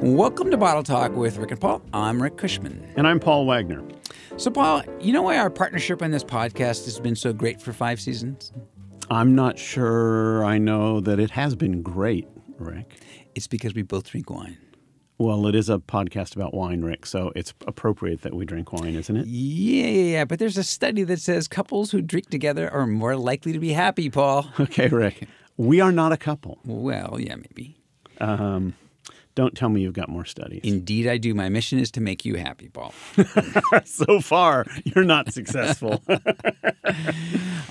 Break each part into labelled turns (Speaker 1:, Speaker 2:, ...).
Speaker 1: Welcome to Bottle Talk with Rick and Paul. I'm Rick Cushman.
Speaker 2: And I'm Paul Wagner.
Speaker 1: So, Paul, you know why our partnership on this podcast has been so great for five seasons?
Speaker 2: I'm not sure I know that it has been great, Rick.
Speaker 1: It's because we both drink wine.
Speaker 2: Well, it is a podcast about wine, Rick, so it's appropriate that we drink wine, isn't it?
Speaker 1: Yeah, yeah, yeah. But there's a study that says couples who drink together are more likely to be happy, Paul.
Speaker 2: Okay, Rick. We are not a couple.
Speaker 1: Well, yeah, maybe.
Speaker 2: Um, don't tell me you've got more studies.
Speaker 1: Indeed, I do. My mission is to make you happy, Paul.
Speaker 2: so far, you're not successful.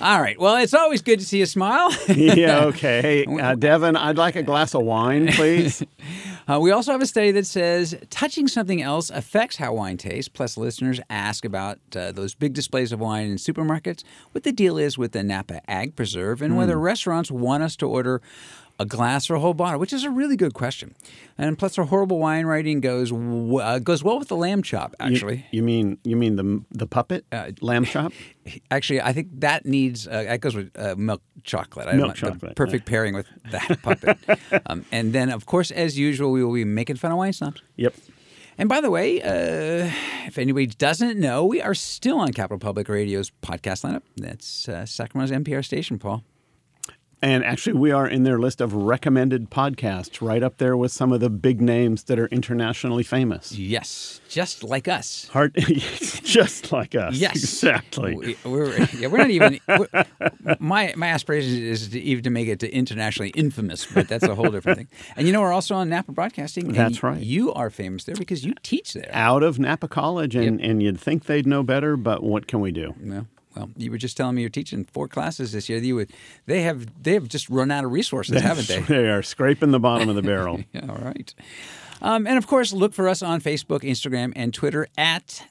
Speaker 1: All right. Well, it's always good to see you smile.
Speaker 2: yeah, okay. Hey, uh, Devin, I'd like a glass of wine, please.
Speaker 1: Uh, we also have a study that says touching something else affects how wine tastes. Plus, listeners ask about uh, those big displays of wine in supermarkets, what the deal is with the Napa Ag Preserve, and
Speaker 2: Hmm.
Speaker 1: whether restaurants want us to order a glass or a whole bottle, which is a really good question. And plus, our horrible wine writing goes w- uh, goes well with the lamb chop. Actually,
Speaker 2: You mean you mean the the puppet lamb chop?
Speaker 1: actually, I think that needs uh, that goes with uh, milk chocolate. I
Speaker 2: Milk
Speaker 1: want the
Speaker 2: chocolate,
Speaker 1: perfect pairing with that puppet. um, and then, of course, as usual, we will be making fun of wine snobs.
Speaker 2: Yep.
Speaker 1: And by the way, uh, if anybody doesn't know, we are still on Capital Public Radio's podcast lineup. That's uh, Sacramento's NPR station, Paul.
Speaker 2: And actually, we are in their list of recommended podcasts, right up there with some of the big names that are internationally famous.
Speaker 1: Yes, just like us.
Speaker 2: Hard, just like us.
Speaker 1: Yes,
Speaker 2: exactly.
Speaker 1: We, we're, yeah, we're not even. We're, my my aspiration is to even to make it to internationally infamous, but that's a whole different thing. And you know, we're also on Napa Broadcasting. and
Speaker 2: That's right.
Speaker 1: You are famous there because you teach there.
Speaker 2: Out of Napa College, and, and you'd think they'd know better, but what can we do?
Speaker 1: No. Well, you were just telling me you're teaching four classes this year. You would, they have they have just run out of resources, haven't they?
Speaker 2: They are scraping the bottom of the barrel.
Speaker 1: Yeah, all right. Um, and of course, look for us on Facebook, Instagram, and Twitter at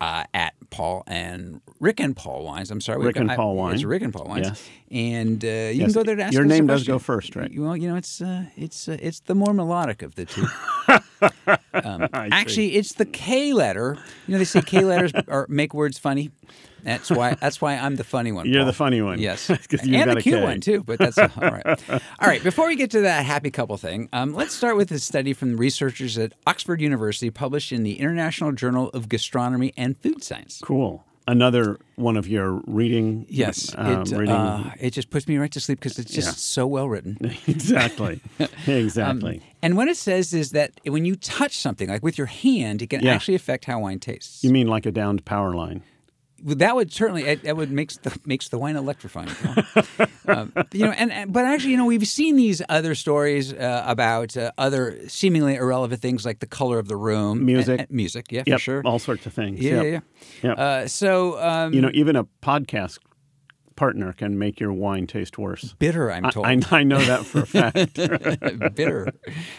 Speaker 1: uh, at Paul and Rick and Paul Wines. I'm sorry, we've
Speaker 2: Rick and
Speaker 1: got-
Speaker 2: Paul
Speaker 1: It's
Speaker 2: Wines.
Speaker 1: Rick and Paul Wines.
Speaker 2: Yes.
Speaker 1: And uh, you can
Speaker 2: Yes,
Speaker 1: go there to ask.
Speaker 2: your
Speaker 1: us a
Speaker 2: name does
Speaker 1: question.
Speaker 2: go first, right?
Speaker 1: Y- Well, you know, it's uh, it's uh, it's the more melodic of the two. um, actually, it's the K letter. You know, they say K letters are make words funny. That's why. That's why I'm the funny one.
Speaker 2: You're
Speaker 1: Paul.
Speaker 2: the funny one.
Speaker 1: Yes,
Speaker 2: 'Cause you've
Speaker 1: and
Speaker 2: got
Speaker 1: the
Speaker 2: a
Speaker 1: cute
Speaker 2: K.
Speaker 1: one too. But that's all right. All right. Before we get to that happy couple thing, um, let's start with a study from researchers at Oxford University, published in the International Journal of Gastronomy and Food Science.
Speaker 2: Cool. Another one of your reading.
Speaker 1: Yes,
Speaker 2: um,
Speaker 1: it,
Speaker 2: reading.
Speaker 1: uh, it just puts me right to sleep because it's just
Speaker 2: Yeah.
Speaker 1: so well written.
Speaker 2: exactly.
Speaker 1: Um,
Speaker 2: exactly.
Speaker 1: And what it says is that when you touch something, like with your hand, it can
Speaker 2: Yeah.
Speaker 1: actually affect how wine tastes.
Speaker 2: you mean like a downed power line?
Speaker 1: that would certainly it- that would makes the makes the wine electrifying. um, you know, and, and- but actually, you know, we've seen these other stories uh, about uh, other seemingly irrelevant things like the color of the room, and-
Speaker 2: Music.
Speaker 1: and music, yeah,
Speaker 2: Yep.
Speaker 1: for sure,
Speaker 2: All sorts of things.
Speaker 1: yeah,
Speaker 2: Yep.
Speaker 1: yeah. yeah.
Speaker 2: Yep.
Speaker 1: Uh, so um,
Speaker 2: you know, even a podcast partner can make your wine taste worse.
Speaker 1: bitter, I'm
Speaker 2: I,
Speaker 1: told. Uh,
Speaker 2: I- I know that for a fact.
Speaker 1: bitter.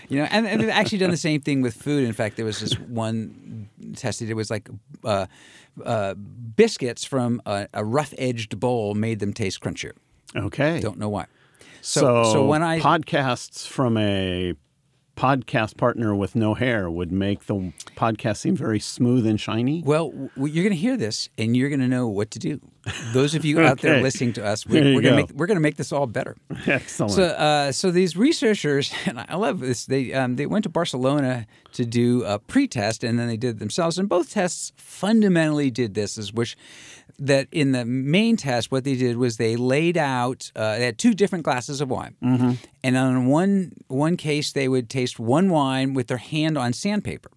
Speaker 1: You know, and, and they've actually done the same thing with food. In fact, there was this one test they did was like uh, uh, biscuits from a, a rough-edged bowl made them taste crunchier.
Speaker 2: Okay.
Speaker 1: Don't know why.
Speaker 2: so,
Speaker 1: so when I
Speaker 2: podcasts from a podcast partner with no hair would make the podcast seem very smooth and shiny.
Speaker 1: Well, w- you're going to hear this, and you're going to know what to do. Those of you out there
Speaker 2: Okay.
Speaker 1: listening to us, we,
Speaker 2: There you
Speaker 1: we're going
Speaker 2: go.
Speaker 1: to make we're going to make this all better.
Speaker 2: Excellent.
Speaker 1: So, uh, so these researchers, and I love this. They um, they went to Barcelona to do a pre-test, and then they did it themselves. And both tests fundamentally did this, is which that in the main test, what they did was they laid out. Uh, they had two different glasses of wine,
Speaker 2: Mm-hmm.
Speaker 1: and on one one case, they would taste one wine with their hand on sandpaper,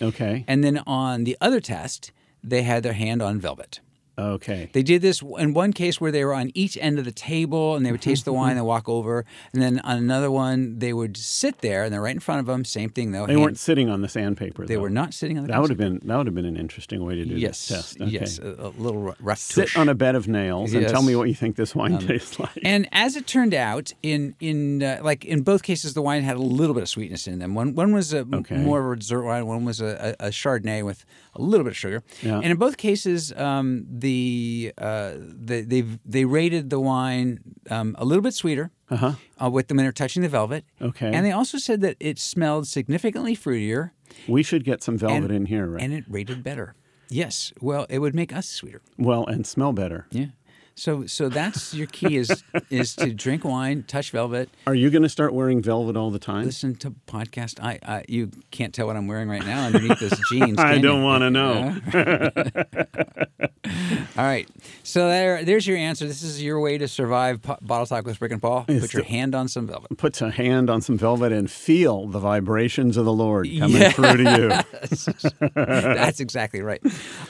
Speaker 2: okay.
Speaker 1: and then on the other test, they had their hand on velvet.
Speaker 2: Okay.
Speaker 1: They did this in one case where they were on each end of the table and they would taste the
Speaker 2: Mm-hmm.
Speaker 1: wine and walk over. And then on another one, they would sit there and they're right in front of them. Same thing though.
Speaker 2: They weren't sitting on the sandpaper.
Speaker 1: They were not sitting on the
Speaker 2: That would have been that would have been an interesting way to do
Speaker 1: Yes.
Speaker 2: this test. Okay.
Speaker 1: Yes. A, a little ru- rough tush.
Speaker 2: Sit on a bed of nails and tell
Speaker 1: Yes. Um,
Speaker 2: me what you think this wine tastes like.
Speaker 1: And as it turned out, in in uh, like in both cases, the wine had a little bit of sweetness in them. One one was a m-
Speaker 2: Okay.
Speaker 1: more of a dessert wine. One was a, a, a Chardonnay with a little bit of sugar.
Speaker 2: Yeah.
Speaker 1: And in both cases, um, the uh, the they they rated the wine um, a little bit sweeter uh with them when they're touching the velvet.
Speaker 2: Uh-huh. Okay.
Speaker 1: And they also said that it smelled significantly fruitier
Speaker 2: we should get some velvet
Speaker 1: and-
Speaker 2: in here, right?
Speaker 1: and it rated better. Yes. Well, it would make us sweeter.
Speaker 2: well, and smell better.
Speaker 1: Yeah. So so that's your key is is to drink wine, touch velvet,
Speaker 2: Are you going to start wearing velvet all the time?
Speaker 1: listen to podcast. I, I you can't tell what I'm wearing right now underneath this jeans.
Speaker 2: I
Speaker 1: can
Speaker 2: don't
Speaker 1: you?
Speaker 2: want to know.
Speaker 1: All right. So there there's your answer. This is your way to survive po- bottle talk with Brick and Paul. Put your hand on some velvet.
Speaker 2: Puts a hand on some velvet and feel the vibrations of the Lord coming through to you.
Speaker 1: That's exactly right.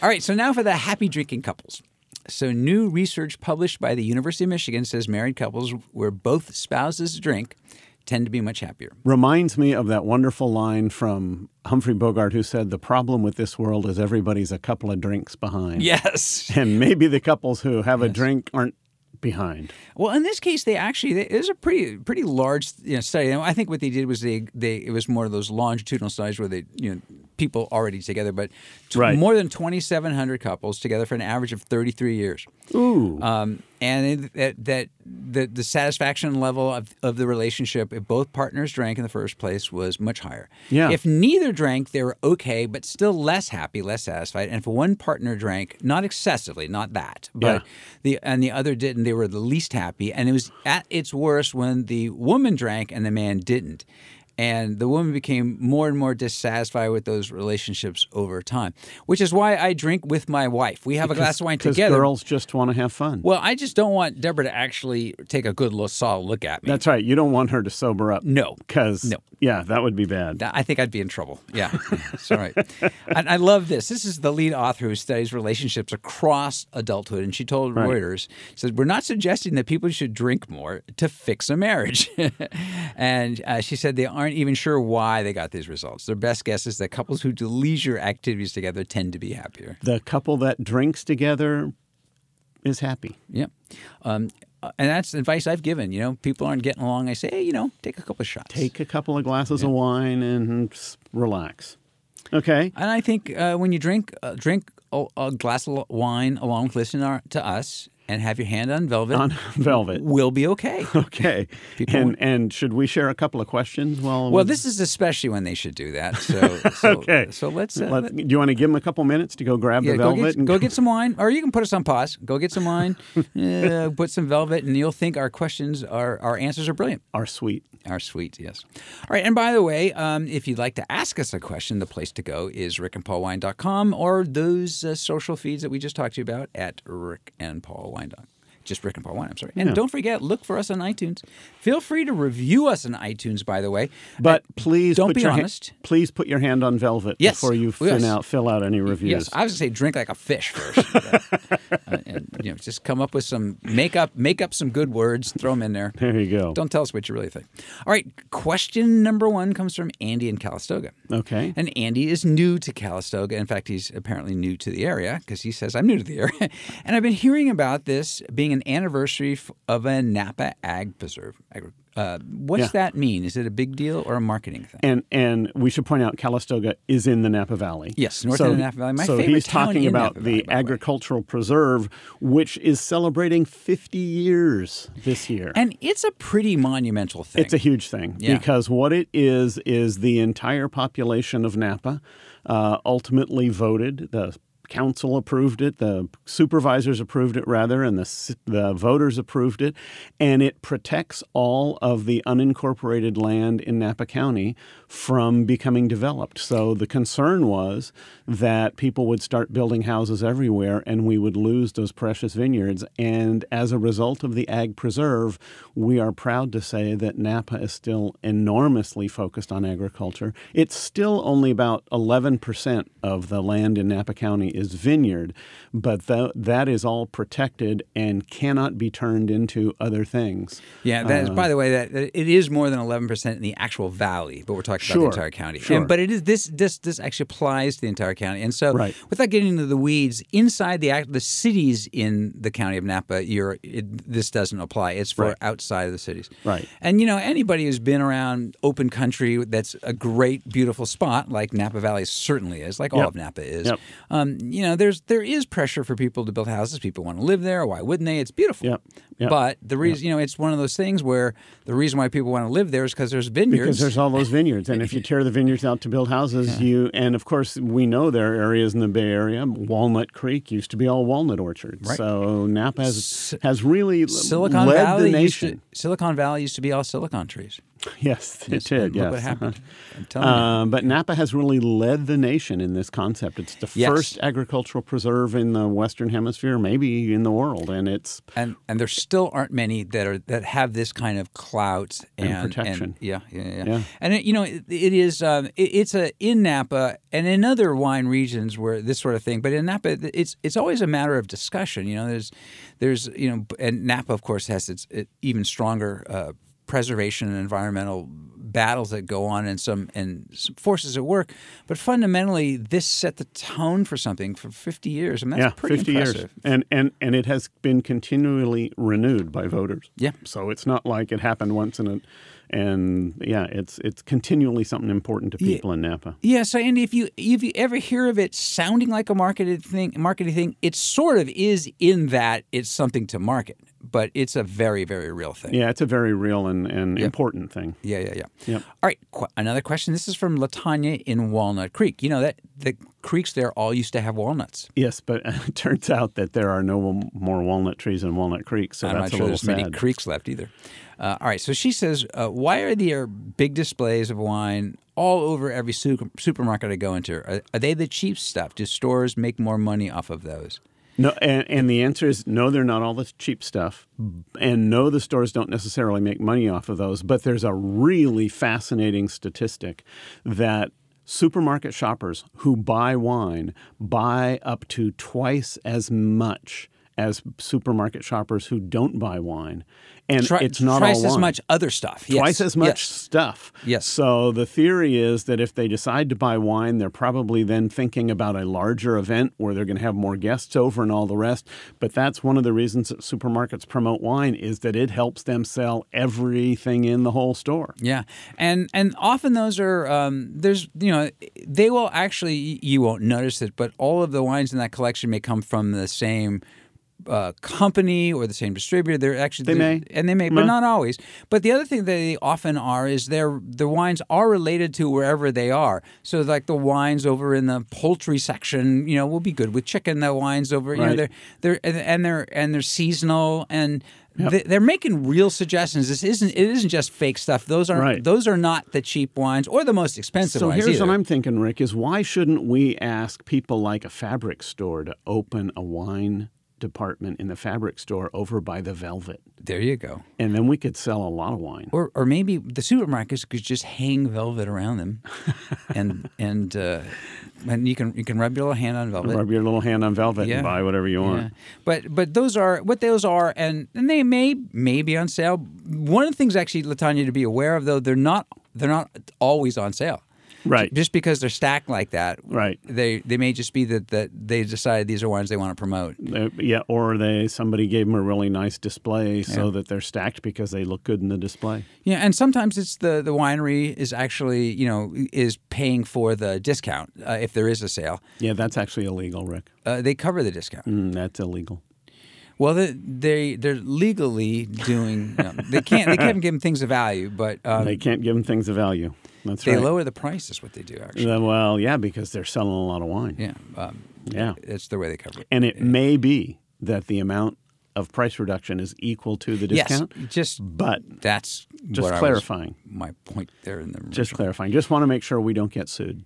Speaker 1: All right, so now for the happy drinking couples. So, new research published by the University of Michigan says married couples where both spouses drink tend to be much happier.
Speaker 2: Reminds me of that wonderful line from Humphrey Bogart who said, The problem with this world is everybody's a couple of drinks behind.
Speaker 1: Yes.
Speaker 2: And maybe the couples who have a drink aren't behind.
Speaker 1: Well, in this case, they actually it was a pretty pretty large you know, study. And I think what they did was they they it was more of those longitudinal studies where they you know people already together, but t-
Speaker 2: Right.
Speaker 1: more than twenty seven hundred couples together for an average of thirty three years.
Speaker 2: Ooh.
Speaker 1: Um, and it, that that the the satisfaction level of, of the relationship if both partners drank in the first place was much higher.
Speaker 2: Yeah.
Speaker 1: If neither drank, they were okay, but still less happy, less satisfied. And if one partner drank, not excessively, not that, but
Speaker 2: Yeah.
Speaker 1: the and the other didn't, they were the least happy. And it was at its worst when the woman drank and the man didn't. And the woman became more and more dissatisfied with those relationships over time, which is why I drink with my wife. We have a glass of wine
Speaker 2: Because
Speaker 1: together.
Speaker 2: girls just want to have fun.
Speaker 1: Well, I just don't want Deborah to actually take a good look, solid look at me.
Speaker 2: That's right. You don't want her to sober up.
Speaker 1: No.
Speaker 2: Because,
Speaker 1: No.
Speaker 2: yeah, that would be bad.
Speaker 1: I think I'd be in trouble. Yeah, that's all right. And I love this. This is the lead author who studies relationships across adulthood, and she told Reuters, "said We're not suggesting that people should drink more to fix a marriage." and uh, she said they aren't even sure why they got these results. Their best guess is that couples who do leisure activities together tend to be happier.
Speaker 2: The couple that drinks together is happy.
Speaker 1: Yep. Um, uh, and that's advice I've given. You know, people aren't getting along. I say, hey, you know, take a couple of shots.
Speaker 2: Take a couple of glasses of wine and s- relax. Okay.
Speaker 1: And I think uh, when you drink uh, drink a, a glass of wine along with listening our- to us and have your hand on velvet,
Speaker 2: On velvet.
Speaker 1: we'll be okay.
Speaker 2: Okay.
Speaker 1: Uh, People
Speaker 2: And
Speaker 1: want-
Speaker 2: and should we share a couple of questions? Well,
Speaker 1: well, this is especially when they should do that. So, so
Speaker 2: okay.
Speaker 1: So let's. Uh,
Speaker 2: Let-
Speaker 1: let-
Speaker 2: do you want to give them a couple minutes to go grab
Speaker 1: yeah,
Speaker 2: the
Speaker 1: go
Speaker 2: velvet?
Speaker 1: get,
Speaker 2: and
Speaker 1: go get some wine, or you can put us on pause. Go get some wine, uh, put some velvet, and you'll think our questions, are, our answers are brilliant.
Speaker 2: our sweet.
Speaker 1: Our sweet, yes. All right. And by the way, um, if you'd like to ask us a question, the place to go is rickandpaulwine.com or those uh, social feeds that we just talked to you about at Rick and Paul Wine. doc- Just Rick and Paul Wine, I'm sorry. And don't forget, look for us on iTunes. Feel free to review us on iTunes, by the way.
Speaker 2: But
Speaker 1: Uh,
Speaker 2: please
Speaker 1: don't
Speaker 2: put
Speaker 1: be
Speaker 2: your ha-
Speaker 1: honest.
Speaker 2: please put your hand on velvet
Speaker 1: Yes. Oh,
Speaker 2: before you fin
Speaker 1: Yes.
Speaker 2: out, fill out any
Speaker 1: Yes,
Speaker 2: reviews.
Speaker 1: I was gonna say drink like a fish first, Uh, and you know just come up with some make up make up some good words, throw them in there.
Speaker 2: there you go.
Speaker 1: Don't tell us what you really think. All right, question number one comes from Andy in Calistoga.
Speaker 2: Okay.
Speaker 1: And Andy is new to Calistoga. In fact, he's apparently new to the area because he says, I'm new to the area. and I've been hearing about this being an anniversary f- of a Napa Ag Preserve. Agri- Uh, what's
Speaker 2: Yeah.
Speaker 1: that mean? Is it a big deal or a marketing thing?
Speaker 2: and and we should point out Calistoga is in the Napa Valley.
Speaker 1: Yes, north end of Napa Valley. My
Speaker 2: so
Speaker 1: favorite
Speaker 2: he's
Speaker 1: town
Speaker 2: talking
Speaker 1: in
Speaker 2: about
Speaker 1: Napa Valley,
Speaker 2: the
Speaker 1: by the way.
Speaker 2: agricultural preserve, which is celebrating 50 years this year.
Speaker 1: And it's a pretty monumental thing.
Speaker 2: It's a huge thing
Speaker 1: Yeah.
Speaker 2: because what it is is the entire population of Napa uh, ultimately voted. The council approved it, the supervisors approved it, rather, and the s- the voters approved it, and it protects all of the unincorporated land in Napa County from becoming developed. So the concern was that people would start building houses everywhere, and we would lose those precious vineyards. And as a result of the Ag Preserve, we are proud to say that Napa is still enormously focused on agriculture. It's still only about 11% of the land in Napa County is vineyard, but tho- that is all protected and cannot be turned into other things.
Speaker 1: yeah, that is,
Speaker 2: Um,
Speaker 1: by the way, that, that it is more than 11% in the actual valley, but we're talking
Speaker 2: Sure,
Speaker 1: about the entire county.
Speaker 2: sure.
Speaker 1: And, but it is this this this actually applies to the entire county. And so
Speaker 2: Right.
Speaker 1: without getting into the weeds, inside the act- the cities in the county of Napa, you're, it, this doesn't apply. It's for
Speaker 2: Right.
Speaker 1: outside of the cities.
Speaker 2: Right.
Speaker 1: And you know, anybody who's been around open country that's a great beautiful spot like Napa Valley certainly is, like all
Speaker 2: Yep.
Speaker 1: of Napa is.
Speaker 2: Yep.
Speaker 1: Um, you know, there's there is pressure for people to build houses. People want to live there. Why wouldn't they? It's beautiful.
Speaker 2: Yep, yep,
Speaker 1: But the reason, you know, it's one of those things where the reason why people want to live there is because there's vineyards.
Speaker 2: Because there's all those vineyards, and if you tear the vineyards out to build houses, you and of course we know there are areas in the Bay Area. Walnut Creek used to be all walnut orchards,
Speaker 1: Right.
Speaker 2: so Napa has has really
Speaker 1: Silicon
Speaker 2: led
Speaker 1: Valley
Speaker 2: the
Speaker 1: used to-
Speaker 2: nation.
Speaker 1: Silicon Valley used to be all silicon trees.
Speaker 2: Yes, it
Speaker 1: And
Speaker 2: did.
Speaker 1: Look
Speaker 2: Yes.
Speaker 1: what happened. I'm telling you.
Speaker 2: Uh, but Napa has really led the nation in this concept. It's the
Speaker 1: Yes.
Speaker 2: first agricultural preserve in the Western Hemisphere, maybe in the world, and it's
Speaker 1: and and there still aren't many that are that have this kind of clout and,
Speaker 2: And protection.
Speaker 1: yeah, yeah, yeah,
Speaker 2: Yeah.
Speaker 1: And it, you know, it, it is um, it, it's a in Napa and in other wine regions where this sort of thing. But in Napa, it's it's always a matter of discussion. You know, there's there's you know, and Napa of course has its it, even stronger. Uh, preservation and environmental battles that go on and some and some forces at work but fundamentally this set the tone for something for 50 years and that's
Speaker 2: yeah,
Speaker 1: pretty
Speaker 2: fifty
Speaker 1: impressive
Speaker 2: years, and and and it has been continually renewed by voters.
Speaker 1: Yeah.
Speaker 2: So it's not like it happened once and it, and yeah, it's it's continually something important to people in Napa.
Speaker 1: Yeah, so and if you if you ever hear of it sounding like a marketed thing, marketing thing, it sort of is in that it's something to market, but it's a very very real thing.
Speaker 2: Yeah, it's a very real and, and important thing.
Speaker 1: Yeah, yeah, yeah.
Speaker 2: Yep.
Speaker 1: All right, qu- another question. This is from Latanya in Walnut Creek. You know that the creeks there all used to have walnuts.
Speaker 2: Yes, but it turns out that there are no more walnut trees in Walnut Creek, so
Speaker 1: I'm
Speaker 2: that's
Speaker 1: not
Speaker 2: a
Speaker 1: sure
Speaker 2: little
Speaker 1: there's
Speaker 2: sad.
Speaker 1: many creeks left either. Uh, all right, so she says, uh, why are there big displays of wine all over every su- supermarket I go into? Are, are they the cheap stuff? Do stores make more money off of those?
Speaker 2: No, and, and the answer is no, they're not all this cheap stuff. And no, the stores don't necessarily make money off of those. But there's a really fascinating statistic that supermarket shoppers who buy wine buy up to twice as much as supermarket shoppers who don't buy wine. And
Speaker 1: Tri-
Speaker 2: it's not
Speaker 1: twice
Speaker 2: all
Speaker 1: as
Speaker 2: wine
Speaker 1: much other stuff. Yes,
Speaker 2: twice as much
Speaker 1: yes.
Speaker 2: stuff.
Speaker 1: Yes.
Speaker 2: So the theory is that if they decide to buy wine, they're probably then thinking about a larger event where they're going to have more guests over and all the rest. But that's one of the reasons that supermarkets promote wine is that it helps them sell everything in the whole store.
Speaker 1: Yeah, and and often those are um, there's you know they will actually you won't notice it, but all of the wines in that collection may come from the same. Uh, company or the same distributor, they're actually
Speaker 2: They may.
Speaker 1: and they may, but not always. But the other thing that they often are is their the wines are related to wherever they are. So like the wines over in the poultry section, you know, will be good with chicken. The wines over, you know,
Speaker 2: Right.
Speaker 1: they're they're and- and they're and they're seasonal and they- they're making real suggestions. This isn't it isn't just fake stuff. Those are
Speaker 2: Right.
Speaker 1: those are not the cheap wines or the most expensive
Speaker 2: So
Speaker 1: wines.
Speaker 2: here's
Speaker 1: either.
Speaker 2: what I'm thinking, Rick, is why shouldn't we ask people like a fabric store to open a wine department in the fabric store over by the velvet?
Speaker 1: there you go.
Speaker 2: And then we could sell a lot of wine.
Speaker 1: Or or maybe the supermarkets could just hang velvet around them, and and uh, and you can you can rub your little hand on velvet.
Speaker 2: Rub your little hand on velvet
Speaker 1: Yeah.
Speaker 2: and buy whatever you want.
Speaker 1: Yeah. But but those are what those are, and, and they may may be on sale. One of the things actually, Latanya, to be aware of though, they're not they're not always on sale.
Speaker 2: Right.
Speaker 1: Just because they're stacked like that,
Speaker 2: Right.
Speaker 1: They they may just be that that they decided these are wines they want to promote.
Speaker 2: Uh, yeah, or they somebody gave them a really nice display so that they're stacked because they look good in the display.
Speaker 1: Yeah, and sometimes it's the the winery is actually you know is paying for the discount uh, if there is a sale.
Speaker 2: Yeah, that's actually illegal, Rick.
Speaker 1: Uh, they cover the discount.
Speaker 2: Mm, that's illegal.
Speaker 1: Well, they, they they're legally doing. no, they can't they can't give them things of value, but um,
Speaker 2: They can't give them things of value. That's
Speaker 1: they
Speaker 2: right.
Speaker 1: lower the price is what they do actually.
Speaker 2: Uh, well, yeah, because they're selling a lot of wine.
Speaker 1: Yeah, um,
Speaker 2: Yeah.
Speaker 1: that's the way they cover it.
Speaker 2: And it may be that the amount of price reduction is equal to the discount,
Speaker 1: Yes, just
Speaker 2: but
Speaker 1: that's
Speaker 2: just
Speaker 1: what I was-
Speaker 2: clarifying.
Speaker 1: my point there in the
Speaker 2: just clarifying. Just want to make sure we don't get sued.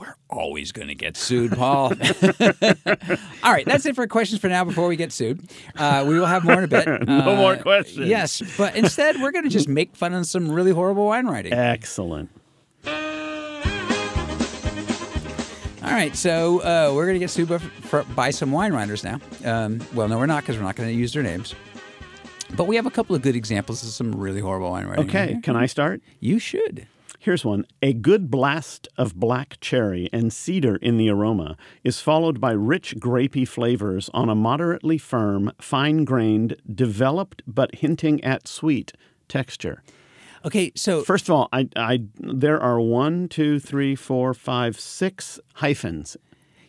Speaker 1: We're always going to get sued, Paul. All right, that's it for questions for now. Before we get sued, uh, we will have more in a bit.
Speaker 2: No
Speaker 1: Uh,
Speaker 2: more questions.
Speaker 1: Yes, but instead we're going to just make fun of some really horrible wine writing.
Speaker 2: Excellent.
Speaker 1: All right, so uh, we're going to get sued by, for, by some wine writers now. Um, well, no, we're not because we're not going to use their names. But we have a couple of good examples of some really horrible wine writing.
Speaker 2: Okay, can I start?
Speaker 1: you should.
Speaker 2: Here's one. A good blast of black cherry and cedar in the aroma is followed by rich grapey flavors on a moderately firm, fine grained, developed but hinting at sweet texture.
Speaker 1: Okay, so
Speaker 2: First of all, I, I, there are one, two, three, four, five, six hyphens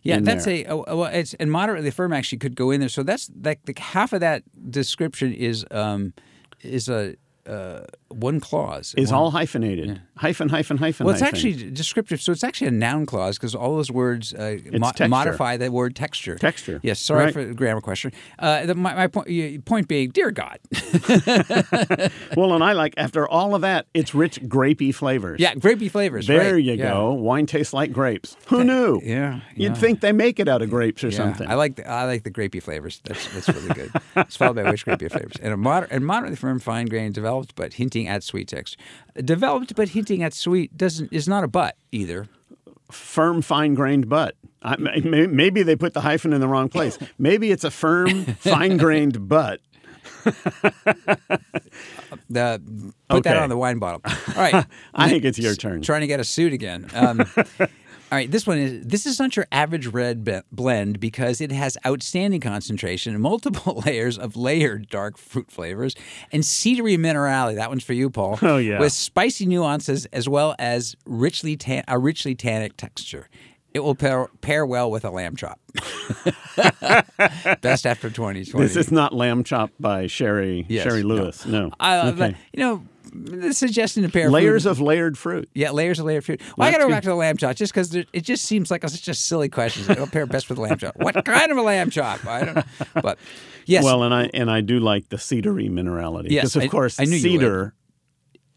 Speaker 1: Yeah,
Speaker 2: in
Speaker 1: that's
Speaker 2: there.
Speaker 1: a oh, oh, well, it's and moderately firm actually could go in there. So that's like the half of that description is um is a uh, one clause.
Speaker 2: is
Speaker 1: One-
Speaker 2: all hyphenated. Hyphen, hyphen, hyphen.
Speaker 1: well, it's
Speaker 2: hyphen.
Speaker 1: actually descriptive, so it's actually a noun clause because all those words uh, mo-
Speaker 2: texture.
Speaker 1: modify the word texture.
Speaker 2: Texture,
Speaker 1: Yes. Sorry
Speaker 2: right.
Speaker 1: for the grammar question. Uh, the, my my point, y- point being, dear God,
Speaker 2: well, and I like after all of that, it's rich grapey flavors.
Speaker 1: yeah, grapey flavors.
Speaker 2: There
Speaker 1: right,
Speaker 2: you
Speaker 1: yeah.
Speaker 2: go. Wine tastes like grapes. Who knew?
Speaker 1: yeah, yeah.
Speaker 2: You'd think they make it out of grapes or
Speaker 1: Yeah,
Speaker 2: something.
Speaker 1: I like the I like the grapey flavors. That's that's really good. it's followed by which grapey flavors and a moder- and moderately firm, fine grained, developed but hinting at sweet texture. Developed but hinting at sweet doesn't is not a but either.
Speaker 2: firm, fine-grained butt. I, may- may- maybe they put the hyphen in the wrong place. Maybe it's a firm, fine-grained butt.
Speaker 1: The put that
Speaker 2: Okay.
Speaker 1: on the wine bottle. All right,
Speaker 2: I think it's your turn.
Speaker 1: trying to get us sued again. Um, all right, this one is this is not your average red be- blend because it has outstanding concentration and multiple layers of layered dark fruit flavors and cedary minerality. That one's for you, Paul.
Speaker 2: Oh, yeah.
Speaker 1: with spicy nuances as well as richly tan- a richly tannic texture. It will pair, pair well with a lamb chop. Best after twenty twenty.
Speaker 2: This is not lamb chop by Sherry
Speaker 1: Yes,
Speaker 2: Sherry
Speaker 1: no.
Speaker 2: Lewis. No.
Speaker 1: I,
Speaker 2: Okay.
Speaker 1: Uh, you know, the suggestion to pair food-
Speaker 2: Layers of layered fruit.
Speaker 1: Yeah, layers of layer of food. Well, I
Speaker 2: That's
Speaker 1: got to go
Speaker 2: good.
Speaker 1: back to the lamb chop just because it just seems like a, such a silly question. It'll pair best with the lamb chop. What kind of a lamb chop? I don't know. But yes,
Speaker 2: Well, and I and I do like the cedary minerality
Speaker 1: Yes,
Speaker 2: because of
Speaker 1: I-
Speaker 2: course
Speaker 1: I knew you
Speaker 2: cedar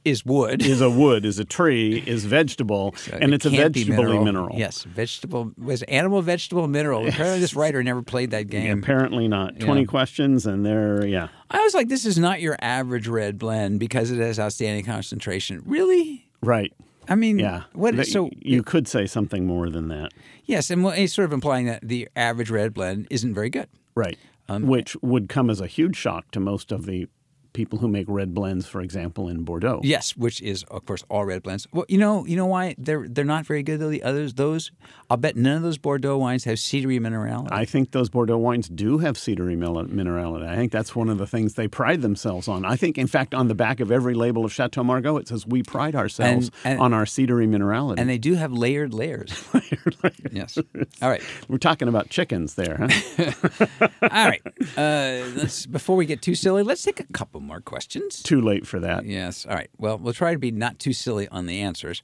Speaker 1: is wood.
Speaker 2: is a wood, is a tree, is vegetable, and it's a
Speaker 1: can't be
Speaker 2: vegetable mineral.
Speaker 1: Yes, vegetable was animal, vegetable, mineral. Apparently, this writer never played that game.
Speaker 2: Apparently not. Twenty questions, and they're yeah.
Speaker 1: I was like, this is not your average red blend because it has outstanding concentration. Really?
Speaker 2: Right.
Speaker 1: I mean,
Speaker 2: Yeah.
Speaker 1: what?
Speaker 2: That-
Speaker 1: so
Speaker 2: you could say something more than that.
Speaker 1: yes, and what- it's sort of implying that the average red blend isn't very good.
Speaker 2: Right.
Speaker 1: Um,
Speaker 2: Which would come as a huge shock to most of the people who make red blends, for example, in Bordeaux.
Speaker 1: Yes, which is of course all red blends. Well, you know, you know why they're they're not very good though. The others, those, I'll bet none of those Bordeaux wines have cedary minerality.
Speaker 2: I think those Bordeaux wines do have cedary mil- minerality. I think that's one of the things they pride themselves on. I think, in fact, on the back of every label of Chateau Margaux, it says we pride ourselves
Speaker 1: And- and-
Speaker 2: on our cedary minerality.
Speaker 1: and they do have layered layers. yes. All right.
Speaker 2: We're talking about chickens there, huh?
Speaker 1: All right. Uh, let's before we get too silly, let's take a couple more questions.
Speaker 2: Too late for that.
Speaker 1: Yes. All right. Well, we'll try to be not too silly on the answers.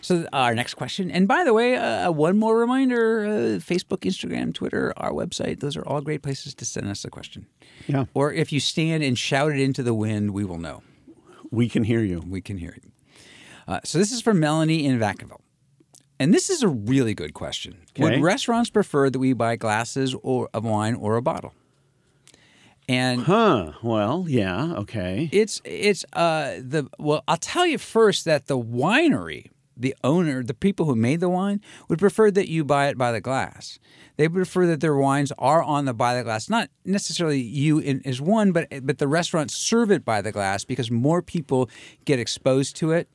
Speaker 1: So our next question, and by the way, uh, one more reminder: uh, Facebook, Instagram, Twitter, our website; those are all great places to send us a question.
Speaker 2: Yeah.
Speaker 1: Or if you stand and shout it into the wind, we will know.
Speaker 2: We can hear you.
Speaker 1: We can hear you. Uh, so this is from Melanie in Vacaville. And this is a really good question.
Speaker 2: Okay.
Speaker 1: Would restaurants prefer that we buy glasses or of wine or a bottle? And
Speaker 2: Huh. Well, yeah. Okay.
Speaker 1: it's it's uh the well, I'll tell you first that the winery, the owner, the people who made the wine would prefer that you buy it by the glass. They would prefer that their wines are on the by the glass, not necessarily you in, as one, but but the restaurants serve it by the glass because more people get exposed to it.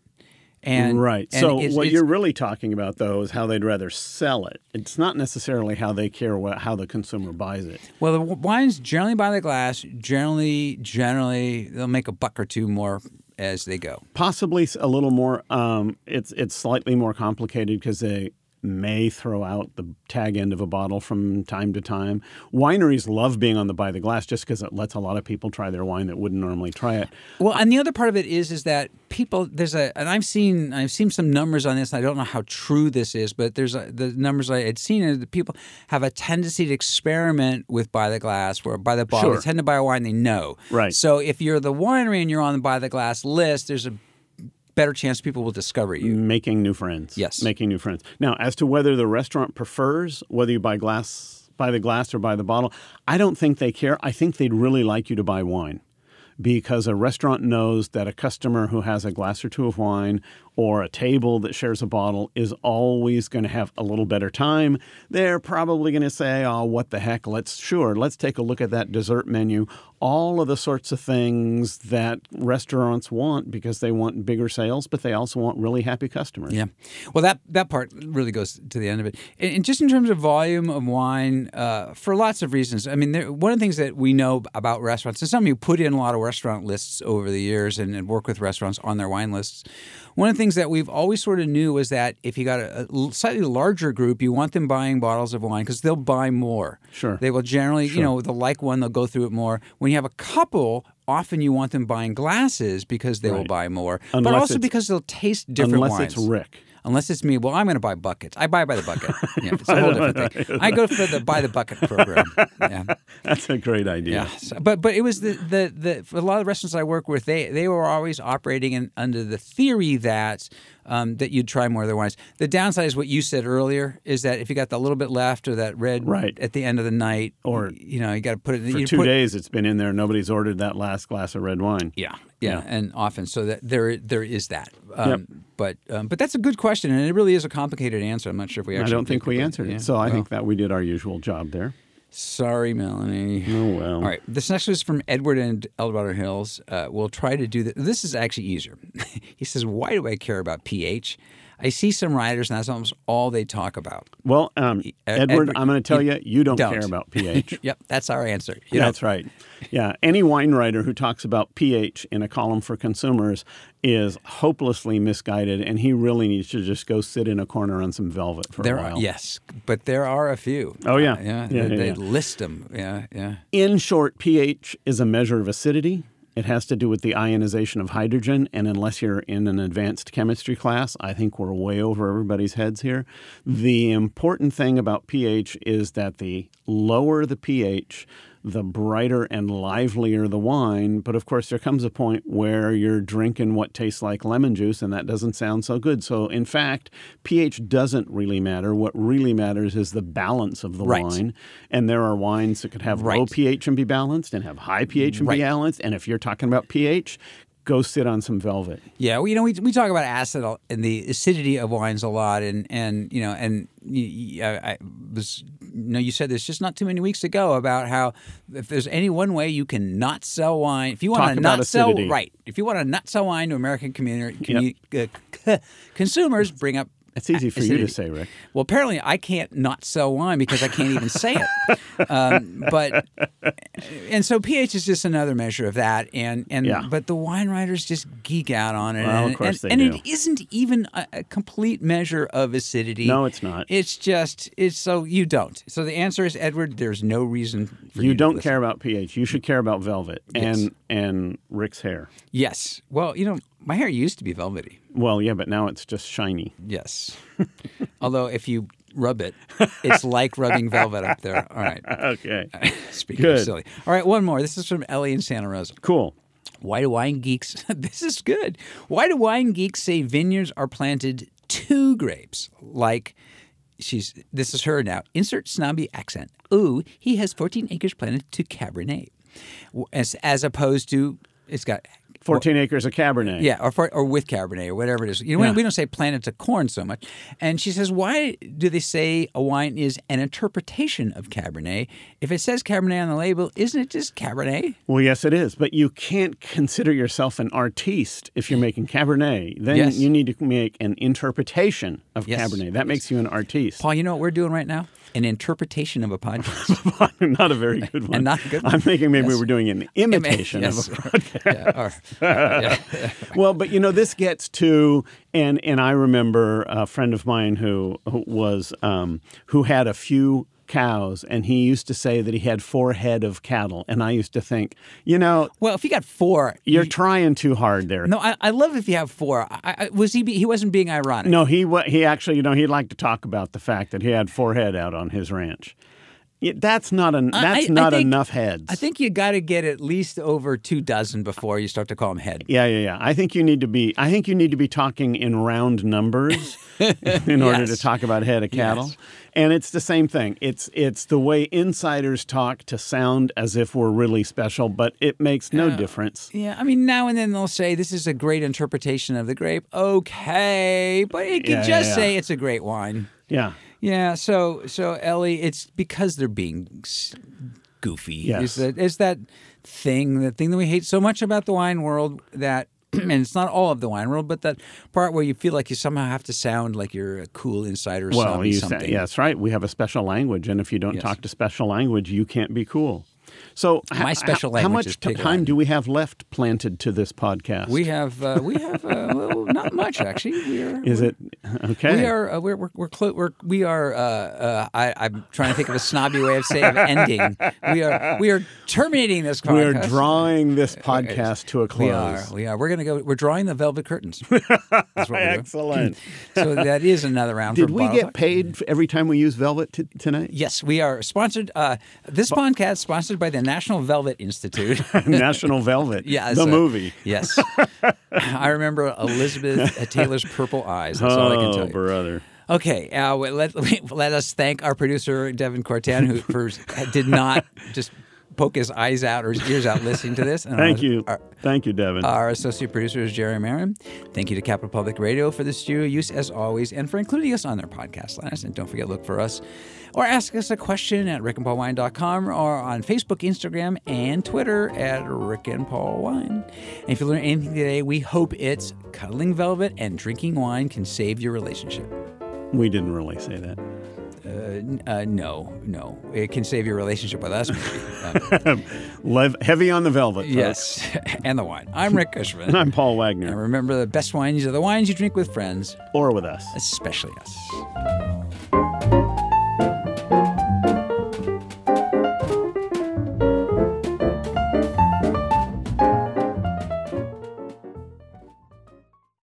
Speaker 1: And
Speaker 2: right.
Speaker 1: and
Speaker 2: so
Speaker 1: it's-
Speaker 2: what
Speaker 1: it's-
Speaker 2: you're really talking about though is how they'd rather sell it. It's not necessarily how they care what, how the consumer buys it.
Speaker 1: Well, the w- wines generally by the glass. Generally, generally, they'll make a buck or two more as they go.
Speaker 2: Possibly s- a little more. Um, it's it's slightly more complicated because they may throw out the tag end of a bottle from time to time. Wineries love being on the by the glass just because it lets a lot of people try their wine that wouldn't normally try it.
Speaker 1: Well, and the other part of it is is that people there's a and I've seen I've seen some numbers on this. And I don't know how true this is, but there's a, the numbers I had seen is that people have a tendency to experiment with by the glass where by the bottle.
Speaker 2: Sure.
Speaker 1: They tend to buy a wine they know.
Speaker 2: Right.
Speaker 1: So if you're the winery and you're on the by the glass list, there's a better chance people will discover you.
Speaker 2: Making new friends.
Speaker 1: Yes.
Speaker 2: Making new friends. Now, as to whether the restaurant prefers whether you buy glass by the glass or by the bottle, I don't think they care. I think they'd really like you to buy wine because a restaurant knows that a customer who has a glass or two of wine or a table that shares a bottle is always going to have a little better time. They're probably going to say, "Oh, what the heck? Let's sure, let's take a look at that dessert menu." All of the sorts of things that restaurants want because they want bigger sales, but they also want really happy customers.
Speaker 1: Yeah, well, that that part really goes to the end of it, and, and just in terms of volume of wine, uh, for lots of reasons. I mean, there, one of the things that we know about restaurants, and some of you put in a lot of restaurant lists over the years and, and work with restaurants on their wine lists. One of the things that we've always sort of knew was that if you got a, a slightly larger group, you want them buying bottles of wine because they'll buy more.
Speaker 2: Sure.
Speaker 1: They will generally, you know, they'll like one, they'll go through it more. When you have a couple, often you want them buying glasses because they will
Speaker 2: Right.
Speaker 1: buy more, but
Speaker 2: Unless
Speaker 1: also
Speaker 2: it's-
Speaker 1: because they'll taste different
Speaker 2: Unless
Speaker 1: wines.
Speaker 2: it's Rick.
Speaker 1: Unless it's me, well, I'm going to buy buckets. I buy by the bucket. Yeah, it's a whole different thing. I go for the buy the bucket program. Yeah,
Speaker 2: That's a great idea.
Speaker 1: yeah. So- but but it was the, the the for a lot of the restaurants I work with, they they were always operating in, under the theory that um, that you'd try more of their wines. The downside is what you said earlier is that if you got the little bit left or that red
Speaker 2: Right.
Speaker 1: at the end of the night,
Speaker 2: Or
Speaker 1: you know you got to put it
Speaker 2: For
Speaker 1: you
Speaker 2: two
Speaker 1: put,
Speaker 2: days, it's been in there. Nobody's ordered that last glass of red wine.
Speaker 1: Yeah, yeah,
Speaker 2: Yeah.
Speaker 1: and often so that there there is that. Um, But um, but that's a good question, and it really is a complicated answer. I'm not sure if we
Speaker 2: I
Speaker 1: actually.
Speaker 2: don't think we
Speaker 1: but-
Speaker 2: answered
Speaker 1: yeah.
Speaker 2: it. So I think that we did our usual job there.
Speaker 1: Sorry, Melanie.
Speaker 2: Oh, well.
Speaker 1: All right. This next one is from Edward in Eldorado Hills. Uh, we'll try to do this. This is actually easier. he says, Why do I care about pH? I see some writers, and that's almost all they talk about.
Speaker 2: Well, um, Edward,
Speaker 1: Edward,
Speaker 2: I'm going to tell
Speaker 1: E, you
Speaker 2: you, you don't,
Speaker 1: don't.
Speaker 2: care about pH.
Speaker 1: Yep, that's our answer. You
Speaker 2: Yeah,
Speaker 1: know,
Speaker 2: That's right. Yeah, any wine writer who talks about pH in a column for consumers is hopelessly misguided, and he really needs to just go sit in a corner on some velvet for
Speaker 1: there
Speaker 2: a
Speaker 1: are,
Speaker 2: while.
Speaker 1: yes, but there are a few.
Speaker 2: Oh, yeah.
Speaker 1: Uh, yeah,
Speaker 2: Yeah,
Speaker 1: they,
Speaker 2: yeah,
Speaker 1: they
Speaker 2: yeah.
Speaker 1: list them. Yeah, yeah.
Speaker 2: In short, pH is a measure of acidity. It has to do with the ionization of hydrogen. And unless you're in an advanced chemistry class, I think we're way over everybody's heads here. The important thing about pH is that the lower the pH, the brighter and livelier the wine. But of course, there comes a point where you're drinking what tastes like lemon juice, and that doesn't sound so good. So, in fact, pH doesn't really matter. What really matters is the balance of the
Speaker 1: Right.
Speaker 2: wine. And there are wines that could have low
Speaker 1: Right.
Speaker 2: pH and be balanced, and have high pH and
Speaker 1: Right.
Speaker 2: be balanced. And if you're talking about pH, go sit on some velvet.
Speaker 1: Yeah, well, you know, we, we talk about acid al- and the acidity of wines a lot, and and you know, and y- y- I I was, no, you said this just not too many weeks ago about how if there's any one way you can not sell wine, if you want
Speaker 2: Talk
Speaker 1: to
Speaker 2: about
Speaker 1: not sell
Speaker 2: acidity.
Speaker 1: right, if you want to not sell wine to American community uh, c- consumers, bring up.
Speaker 2: It's easy for you to
Speaker 1: acidity.
Speaker 2: say, Rick.
Speaker 1: Well, apparently I can't not sell wine because I can't even say it. Um, but and so pH is just another measure of that, and and
Speaker 2: Yeah.
Speaker 1: but the wine writers just geek out on it.
Speaker 2: Well, of
Speaker 1: and,
Speaker 2: course
Speaker 1: and,
Speaker 2: they
Speaker 1: and
Speaker 2: do.
Speaker 1: it isn't even a, a complete measure of acidity.
Speaker 2: No, it's not.
Speaker 1: It's just it's so you don't. So the answer is Edward. There's no reason for you,
Speaker 2: You
Speaker 1: to
Speaker 2: don't
Speaker 1: listen.
Speaker 2: care about pH. You should care about velvet
Speaker 1: Yes.
Speaker 2: and and Rick's hair.
Speaker 1: Yes. Well, you know my hair used to be velvety.
Speaker 2: Well, yeah, but now it's just shiny.
Speaker 1: Yes. Although if you rub it, it's like rubbing velvet up there. All right.
Speaker 2: Okay.
Speaker 1: Speaking of
Speaker 2: Good.
Speaker 1: silly. All right, one more. This is from Ellie in Santa Rosa.
Speaker 2: Cool.
Speaker 1: Why do wine geeks? this is good. Why do wine geeks say vineyards are planted two grapes? Like she's. This is her now. Insert snobby accent. Ooh, he has 14 acres planted to Cabernet, W- as as opposed to it's got.
Speaker 2: 14 acres of Cabernet.
Speaker 1: Yeah, or, for, or with Cabernet or whatever it is. You know,
Speaker 2: Yeah.
Speaker 1: we don't say planted to corn so much. And she says, why do they say a wine is an interpretation of Cabernet? If it says Cabernet on the label, isn't it just Cabernet?
Speaker 2: Well, yes, it is. But you can't consider yourself an artiste if you're making Cabernet. Then
Speaker 1: Yes.
Speaker 2: you need to make an interpretation of
Speaker 1: Yes.
Speaker 2: Cabernet. That makes you an artiste.
Speaker 1: Paul, you know what we're doing right now? An interpretation of a podcast.
Speaker 2: not a very good one.
Speaker 1: not a good one.
Speaker 2: I'm thinking maybe we were doing an imitation
Speaker 1: Yes.
Speaker 2: of a
Speaker 1: Yeah, or- yeah.
Speaker 2: well, but you know, this gets to and and I remember a friend of mine who, who was um, who had a few cows, and he used to say that he had four head of cattle, and I used to think, you know,
Speaker 1: Well, if you got four,
Speaker 2: you're trying too hard there.
Speaker 1: no, I, I love if you have four. I, I, was he? be- He wasn't being ironic.
Speaker 2: No, he wa- he actually, you know, he liked to talk about the fact that he had four head out on his ranch. Yeah, That's not an
Speaker 1: I-
Speaker 2: that's
Speaker 1: I
Speaker 2: not
Speaker 1: think-
Speaker 2: enough heads.
Speaker 1: I think you got to get at least over two dozen before you start to call him head.
Speaker 2: Yeah, yeah, yeah. I think you need to be. I think you need to be talking in round numbers in order to
Speaker 1: Yes.
Speaker 2: talk about head of cattle. And it's the same thing. It's it's the way insiders talk to sound as if we're really special, but it makes no difference.
Speaker 1: Yeah, I mean, now and then they'll say this is a great interpretation of the grape. Okay, but it can
Speaker 2: Yeah,
Speaker 1: just
Speaker 2: yeah,
Speaker 1: say
Speaker 2: yeah.
Speaker 1: it's a great wine.
Speaker 2: Yeah.
Speaker 1: Yeah, so so Ellie, it's because they're being s- goofy. It's
Speaker 2: Yes.
Speaker 1: that, it's that thing, the thing that we hate so much about the wine world that, and it's not all of the wine world, but that part where you feel like you somehow have to sound like you're a cool insider or
Speaker 2: Well,
Speaker 1: somebody,
Speaker 2: you say,
Speaker 1: something.
Speaker 2: yeah, that's right. We have a special language, and if you don't talk to special language, you can't be cool. So,
Speaker 1: My
Speaker 2: h-
Speaker 1: special
Speaker 2: h- how
Speaker 1: language is
Speaker 2: much t-
Speaker 1: pig
Speaker 2: time
Speaker 1: Latin.
Speaker 2: do we have left planted to this podcast?
Speaker 1: We have uh, we have uh, well, not much actually. We are
Speaker 2: is it okay?
Speaker 1: we are uh, we're we're we're, clo- we're we are uh, uh, I, I'm trying to think of a snobby way of saying ending. We are we are terminating this podcast.
Speaker 2: We are drawing this podcast to a close.
Speaker 1: We are. We are. We're going to go. We're drawing the velvet curtains. That's what we're doing.
Speaker 2: Excellent.
Speaker 1: So that is another round.
Speaker 2: Did
Speaker 1: for
Speaker 2: we
Speaker 1: Bottle
Speaker 2: get
Speaker 1: Talk.
Speaker 2: paid f- every time we use Velvet t- tonight?
Speaker 1: Yes, we are sponsored. Uh, this podcast sponsored by the National Velvet Institute.
Speaker 2: National Velvet.
Speaker 1: Yeah,
Speaker 2: the
Speaker 1: so-
Speaker 2: movie.
Speaker 1: Yes, I remember Elizabeth uh, Taylor's purple eyes. That's all I can tell
Speaker 2: Oh,
Speaker 1: you.
Speaker 2: brother.
Speaker 1: Okay, uh, well, let let us thank our producer Devin Cortan, who for, did not just poke his eyes out or his ears out listening to this. And
Speaker 2: Thank
Speaker 1: our-
Speaker 2: you.
Speaker 1: Our,
Speaker 2: Thank you, Devin.
Speaker 1: our associate producer is Jerry Marin. Thank you to Capital Public Radio for the studio use as always and for including us on their podcast lines. And don't forget, look for us or ask us a question at rickandpaulwine.com or on Facebook, Instagram, and Twitter at Rick and Paul Wine. And if you learn anything today, we hope it's cuddling velvet and drinking wine can save your relationship.
Speaker 2: we didn't really say that.
Speaker 1: N- Uh, no, no. It can save your relationship with us. Maybe. Um,
Speaker 2: Lev- heavy on the velvet. folks.
Speaker 1: yes, and the wine. I'm Rick Cushman.
Speaker 2: And I'm Paul
Speaker 1: and
Speaker 2: Wagner,
Speaker 1: remember, the best wines are the wines you drink with friends,
Speaker 2: or with us.
Speaker 1: especially us.